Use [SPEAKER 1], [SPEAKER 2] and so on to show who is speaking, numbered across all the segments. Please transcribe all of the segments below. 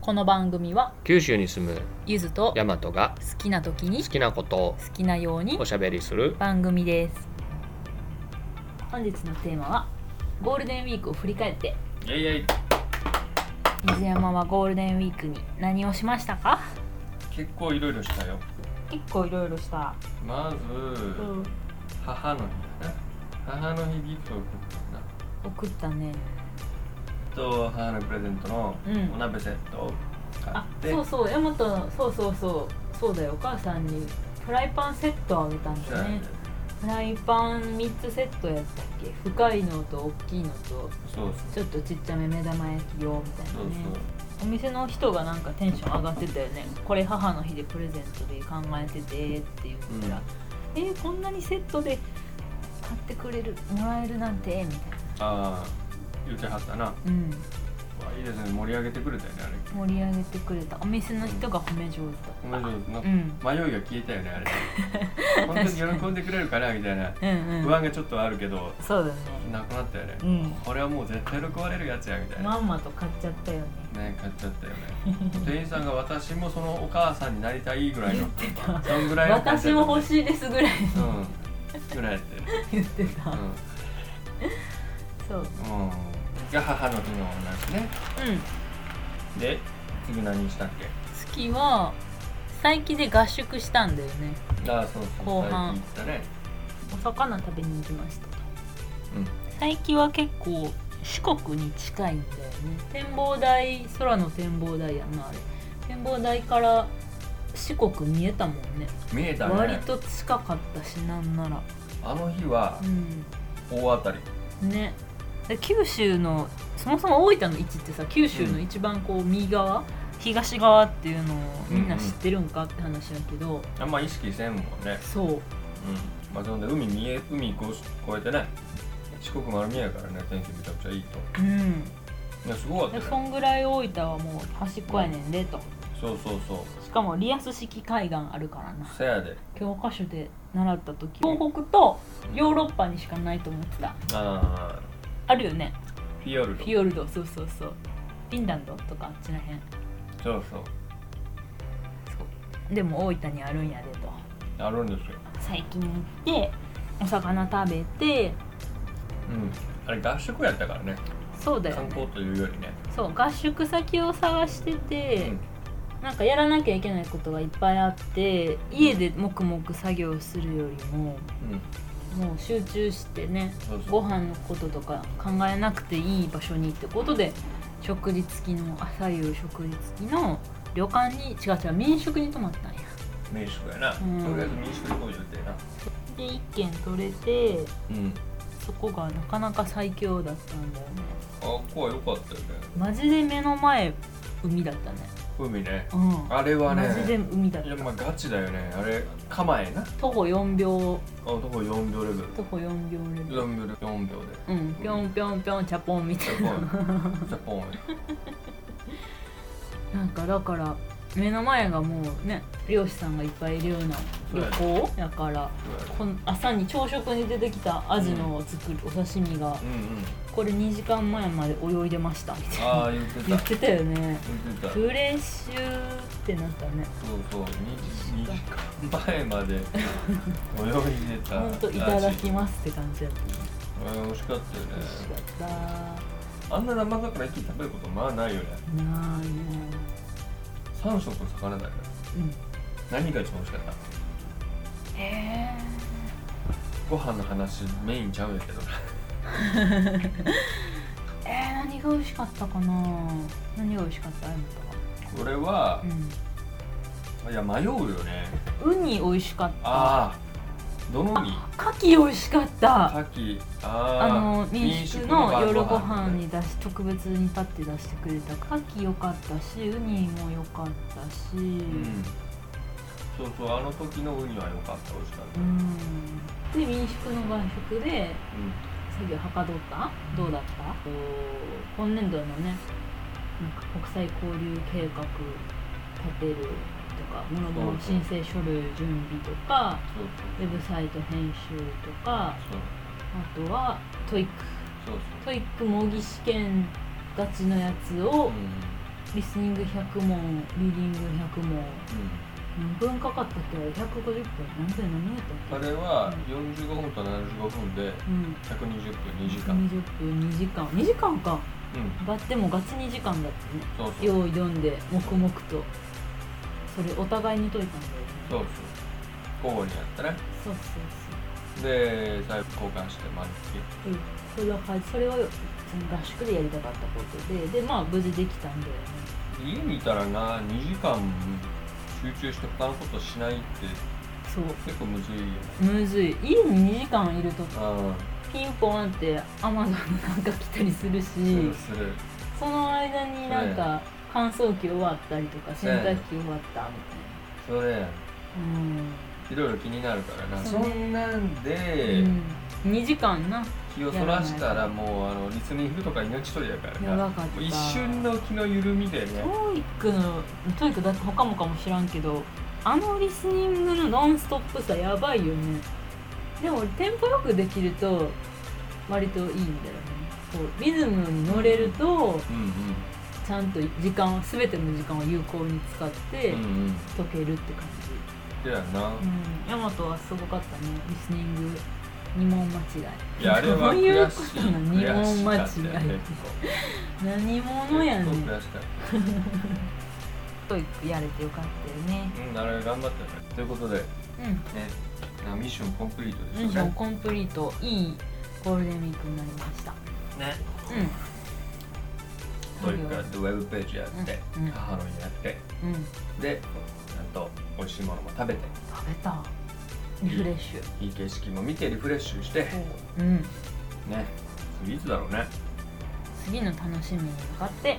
[SPEAKER 1] この番組は
[SPEAKER 2] 九州に住む
[SPEAKER 1] ゆずと
[SPEAKER 2] 大和が
[SPEAKER 1] 好きな時に
[SPEAKER 2] 好きなことを
[SPEAKER 1] 好きなように
[SPEAKER 2] おしゃべりする
[SPEAKER 1] 番組です本日のテーマはゴールデンウィークを振り返って
[SPEAKER 2] いやいや
[SPEAKER 1] 水山はゴールデンウィークに何をしましたか
[SPEAKER 2] 結構いろいろしたよ
[SPEAKER 1] 結構いろいろした、
[SPEAKER 2] まず
[SPEAKER 1] うん、
[SPEAKER 2] 母の日だな母の日ギフトを送ったな
[SPEAKER 1] 送ったね
[SPEAKER 2] と母のプレゼントの
[SPEAKER 1] うん
[SPEAKER 2] お鍋セットを買
[SPEAKER 1] あ
[SPEAKER 2] って、
[SPEAKER 1] そうそう山本のそうそうそうそうだよお母さんにフライパンセットあげたん
[SPEAKER 2] そう
[SPEAKER 1] だ
[SPEAKER 2] や
[SPEAKER 1] ね
[SPEAKER 2] ね
[SPEAKER 1] フライパン3つセットやったっけ深いのと大きいのと
[SPEAKER 2] そうそう
[SPEAKER 1] ちょっとちっちゃめ目玉焼き用みたい
[SPEAKER 2] そう
[SPEAKER 1] なねお店の人がなんかテンション上がってたよねこれ母の日でプレゼントで考えててって言ったら、えーこんなにセットで買ってくれるもらえるなんてみたいな
[SPEAKER 2] ああ言うてはったなわ
[SPEAKER 1] うん
[SPEAKER 2] いいですね盛り上げてくれたよねあ
[SPEAKER 1] 盛り上げてくれたお店の人が褒め上手
[SPEAKER 2] れ同じような
[SPEAKER 1] だ、うん、
[SPEAKER 2] 迷いが消えたよね あれ本当に喜んでくれるかなみたいな
[SPEAKER 1] うんうん
[SPEAKER 2] 不安がちょっとあるけど
[SPEAKER 1] そうだね
[SPEAKER 2] なくなったよね、
[SPEAKER 1] うん
[SPEAKER 2] これはもう絶対喜ばれるやつやみたいな、
[SPEAKER 1] まんまと買っちゃったよね
[SPEAKER 2] ね買っちゃったよね店員さんが私もそのお母さんになりたいぐらいのそんぐらいの感 じ
[SPEAKER 1] 私
[SPEAKER 2] だった
[SPEAKER 1] も欲しいですぐらい
[SPEAKER 2] うんぐらいやってる
[SPEAKER 1] 言ってた、
[SPEAKER 2] うん
[SPEAKER 1] そう
[SPEAKER 2] うんが母の日の話ね
[SPEAKER 1] うん
[SPEAKER 2] で次何したっけ
[SPEAKER 1] 月は最近で合宿したんだよね
[SPEAKER 2] ああそうそう
[SPEAKER 1] 後半
[SPEAKER 2] 最近行ったね
[SPEAKER 1] お魚食べに行きました
[SPEAKER 2] うん
[SPEAKER 1] 最近は結構四国に近いんだよね展望台空の展望台やなあれ展望台から四国見えたもんね
[SPEAKER 2] 見えたね
[SPEAKER 1] 割と近かったしなんなら
[SPEAKER 2] あの日は
[SPEAKER 1] う
[SPEAKER 2] 大当たり
[SPEAKER 1] んねで九州のそもそも大分の位置ってさ九州の一番こう右側、東側っていうのをみんな知ってるんかって話だけど、
[SPEAKER 2] あんま意識せんもんね
[SPEAKER 1] そう
[SPEAKER 2] うんまあそんで海見え海越し越えてね四国丸見えやからね天気めちゃくちゃいいと
[SPEAKER 1] うん
[SPEAKER 2] いやすごか
[SPEAKER 1] で
[SPEAKER 2] った
[SPEAKER 1] そ
[SPEAKER 2] ね
[SPEAKER 1] んぐらい大分はもう端っこやねんでと
[SPEAKER 2] そうそうそう
[SPEAKER 1] しかもリアス式海岸あるからな
[SPEAKER 2] せやで
[SPEAKER 1] 教科書で習った時東北とヨーロッパにしかないと思ってた
[SPEAKER 2] ああ
[SPEAKER 1] あるよね
[SPEAKER 2] フィヨル
[SPEAKER 1] フ
[SPEAKER 2] ド
[SPEAKER 1] ィヨルドそうそうそうフィンランドとかあっちらへん
[SPEAKER 2] そうそう
[SPEAKER 1] でも大分にあるんやでと
[SPEAKER 2] あるんですよ
[SPEAKER 1] 最近行ってお魚食べて
[SPEAKER 2] うんあれ合宿やったからね
[SPEAKER 1] そうだよ
[SPEAKER 2] 観光
[SPEAKER 1] ね
[SPEAKER 2] というよりね
[SPEAKER 1] そう合宿先を探してて、
[SPEAKER 2] うん
[SPEAKER 1] なんかやらなきゃいけないことがいっぱいあって家で黙々作業するよりも
[SPEAKER 2] うん
[SPEAKER 1] もう集中してね
[SPEAKER 2] そうそ
[SPEAKER 1] ご
[SPEAKER 2] う
[SPEAKER 1] 飯のこととか考えなくていい場所にってことで食事付きの朝夕食事付きの旅館に違う違う民宿に泊まったんや
[SPEAKER 2] 民宿やな、
[SPEAKER 1] うん
[SPEAKER 2] とりあえず民宿行こう言うてな
[SPEAKER 1] で1軒取れて
[SPEAKER 2] うん
[SPEAKER 1] そこがなかなか最強だったんだよね
[SPEAKER 2] あここは良かったよね
[SPEAKER 1] マジで目の前海だったね
[SPEAKER 2] 海ね
[SPEAKER 1] うん
[SPEAKER 2] あれはね
[SPEAKER 1] マジで海だっ
[SPEAKER 2] い
[SPEAKER 1] た
[SPEAKER 2] やまあガチだよねあれ構えなあ
[SPEAKER 1] 徒歩4秒
[SPEAKER 2] どこ4秒レベル
[SPEAKER 1] 徒歩4秒レベル
[SPEAKER 2] 4秒で4秒で
[SPEAKER 1] うんぴょんぴょんぴょんチャポンみた
[SPEAKER 2] ジ
[SPEAKER 1] い
[SPEAKER 2] ャポ
[SPEAKER 1] な
[SPEAKER 2] ンジャポン
[SPEAKER 1] なんかだから目の前がもうね漁師さんがいっぱいいるような旅行やからこの朝に朝食に出てきたアジのを作るお刺身が
[SPEAKER 2] うんうん
[SPEAKER 1] これ2時間前まで泳いでましたみたい
[SPEAKER 2] あ
[SPEAKER 1] な
[SPEAKER 2] あ言ってた
[SPEAKER 1] 言ってたよね
[SPEAKER 2] 言ってたそう
[SPEAKER 1] フレッシュってなったね
[SPEAKER 2] そう2時間前ま で泳いでた
[SPEAKER 1] ほんといただきますって感じだったね
[SPEAKER 2] あー美味しかったよね
[SPEAKER 1] 美味しかった
[SPEAKER 2] あんな生魚一気に食べることまあないよね
[SPEAKER 1] なあね
[SPEAKER 2] 3色の魚だよね
[SPEAKER 1] うん
[SPEAKER 2] 何が一番美味しかった
[SPEAKER 1] え
[SPEAKER 2] ご飯の話メインちゃうんやけどな
[SPEAKER 1] ー、えー、何が美味しかったかな何が美味しかったあな
[SPEAKER 2] これは
[SPEAKER 1] た、は、
[SPEAKER 2] いや迷うよね
[SPEAKER 1] うん、ウニ美味しかった
[SPEAKER 2] ああどのに
[SPEAKER 1] 牡蠣美味しかった
[SPEAKER 2] 牡蠣
[SPEAKER 1] あ
[SPEAKER 2] あ
[SPEAKER 1] の
[SPEAKER 2] ー
[SPEAKER 1] 民宿の夜ご
[SPEAKER 2] 晩
[SPEAKER 1] 飯に出し特別に立って出してくれた牡蠣良かったしウニも良かったしう
[SPEAKER 2] うんそうそうあの時のウニは良かった美味しかったうん
[SPEAKER 1] んで民宿の晩食で作業はかどったどうだったこう今年度のねなんか国際交流計画立てるとかもろもろ申請書類準備とか
[SPEAKER 2] そう
[SPEAKER 1] ウェブサイト編集とか
[SPEAKER 2] そう
[SPEAKER 1] あとはトイック
[SPEAKER 2] そうそ
[SPEAKER 1] ト
[SPEAKER 2] うそう
[SPEAKER 1] イック模擬試験ガチのやつを
[SPEAKER 2] うん
[SPEAKER 1] リスニング100問リーディング100問何分かかったっけあれ150分何分何やった
[SPEAKER 2] あ
[SPEAKER 1] っけ
[SPEAKER 2] れは45分と75分で
[SPEAKER 1] うん
[SPEAKER 2] 120分2時間
[SPEAKER 1] 20分2時間2時間か
[SPEAKER 2] うん
[SPEAKER 1] がでもガチ2時間だったね
[SPEAKER 2] そうそう
[SPEAKER 1] よう読んで黙々とそれお互いに解いたんだよね
[SPEAKER 2] そうそう交互にやったね
[SPEAKER 1] そうそう
[SPEAKER 2] で最後交換して毎月
[SPEAKER 1] そううんそれはかそれをその合宿でやりたかったことででまあ無事できたんだよね
[SPEAKER 2] 家にいたらな2時間集中して他のことしないって
[SPEAKER 1] そう
[SPEAKER 2] 結構むずいよね
[SPEAKER 1] むずい家に2時間いると
[SPEAKER 2] うん
[SPEAKER 1] ピンポンってアマゾンなんか来たりするし
[SPEAKER 2] するする
[SPEAKER 1] その間になんか乾燥機終わったりとか洗濯機終わったみ
[SPEAKER 2] それやん
[SPEAKER 1] たいなうん
[SPEAKER 2] いろいろ気になるからな
[SPEAKER 1] そ
[SPEAKER 2] そ,、
[SPEAKER 1] うね
[SPEAKER 2] んなんで
[SPEAKER 1] うん、2時間な
[SPEAKER 2] 気をそらしたらもうあのリスニングとか命取りやから
[SPEAKER 1] やば
[SPEAKER 2] な
[SPEAKER 1] かった
[SPEAKER 2] もう一瞬の気の緩みでね
[SPEAKER 1] トーイックのトーイックだって他もかも知らんけどあのリスニングのノンストップさやばいよねでもテンポよくできると割といいんだよねこうリズムに乗れると
[SPEAKER 2] うんうん
[SPEAKER 1] ちゃんと時間を全ての時間を有効に使って
[SPEAKER 2] うんうん
[SPEAKER 1] 解けるって感じ
[SPEAKER 2] でやんな、
[SPEAKER 1] うんヤマトはすごかったねリスニング二問間違い
[SPEAKER 2] いやあれは
[SPEAKER 1] どういう
[SPEAKER 2] 悔
[SPEAKER 1] こ
[SPEAKER 2] しい
[SPEAKER 1] となの二
[SPEAKER 2] 悔し
[SPEAKER 1] 問
[SPEAKER 2] か
[SPEAKER 1] 間
[SPEAKER 2] った
[SPEAKER 1] 違
[SPEAKER 2] よ
[SPEAKER 1] い
[SPEAKER 2] ね
[SPEAKER 1] 何者やね
[SPEAKER 2] 結
[SPEAKER 1] ん
[SPEAKER 2] 構悔しかっ
[SPEAKER 1] トイックやれてよかったよね
[SPEAKER 2] たうんあれ頑張ったよねということでね
[SPEAKER 1] うん
[SPEAKER 2] あミッションコンプリート
[SPEAKER 1] ミッ
[SPEAKER 2] でし
[SPEAKER 1] シ
[SPEAKER 2] た
[SPEAKER 1] ョン
[SPEAKER 2] ね
[SPEAKER 1] コンプリートいいゴールデンウィークになりました
[SPEAKER 2] ね
[SPEAKER 1] う
[SPEAKER 2] トリックやってウェブページやって、
[SPEAKER 1] うんうん
[SPEAKER 2] 母の日やって
[SPEAKER 1] んうん
[SPEAKER 2] でちゃんと美味しいものも食べて
[SPEAKER 1] 食べたリフレッシュ
[SPEAKER 2] いい景色も見てリフレッシュして
[SPEAKER 1] うん
[SPEAKER 2] ね次いつだろうね
[SPEAKER 1] 次の楽しみに向かって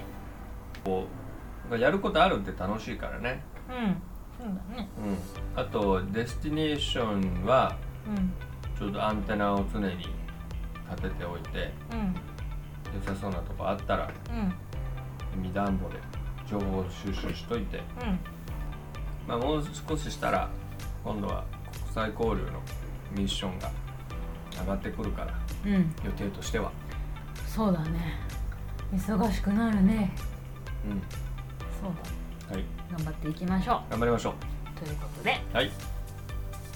[SPEAKER 2] なんかやることあるって楽しいからね
[SPEAKER 1] うんそうだね
[SPEAKER 2] うんあとデスティネーションは
[SPEAKER 1] うん
[SPEAKER 2] ちょっとアンテナを常に立てておいて
[SPEAKER 1] うん
[SPEAKER 2] 良さそうなとこあったら
[SPEAKER 1] うん
[SPEAKER 2] 二段ボで情報を収集しといて、
[SPEAKER 1] うん
[SPEAKER 2] まあ、もう少ししたら今度は国際交流のミッションが上がってくるから
[SPEAKER 1] うん
[SPEAKER 2] 予定としては
[SPEAKER 1] そうだね忙しくなるね
[SPEAKER 2] うん
[SPEAKER 1] そうだ
[SPEAKER 2] はい
[SPEAKER 1] 頑張っていきましょ
[SPEAKER 2] 頑張りましょ
[SPEAKER 1] うということで
[SPEAKER 2] うはい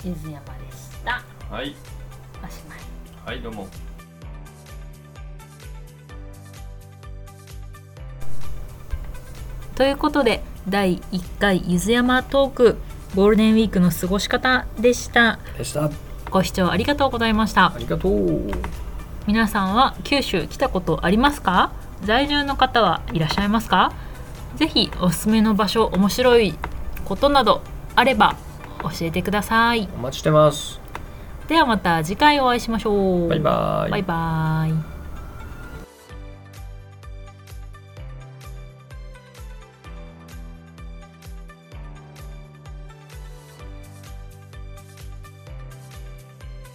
[SPEAKER 1] ゆずやまでした
[SPEAKER 2] はい
[SPEAKER 1] おしまい
[SPEAKER 2] はいどうも
[SPEAKER 1] ということで第1回ゆずやまトークゴールデンウィークの過ごし方でした
[SPEAKER 2] でした
[SPEAKER 1] ご視聴ありがとうございました
[SPEAKER 2] りがとう
[SPEAKER 1] 皆さんは九州来たことありますか在住の方はいらっしゃいますかぜひおすすめの場所面白いことなどあれば教えてください
[SPEAKER 2] お待ちしてます
[SPEAKER 1] ではまた次回お会いしましょう
[SPEAKER 2] バイバイ
[SPEAKER 1] バイバイ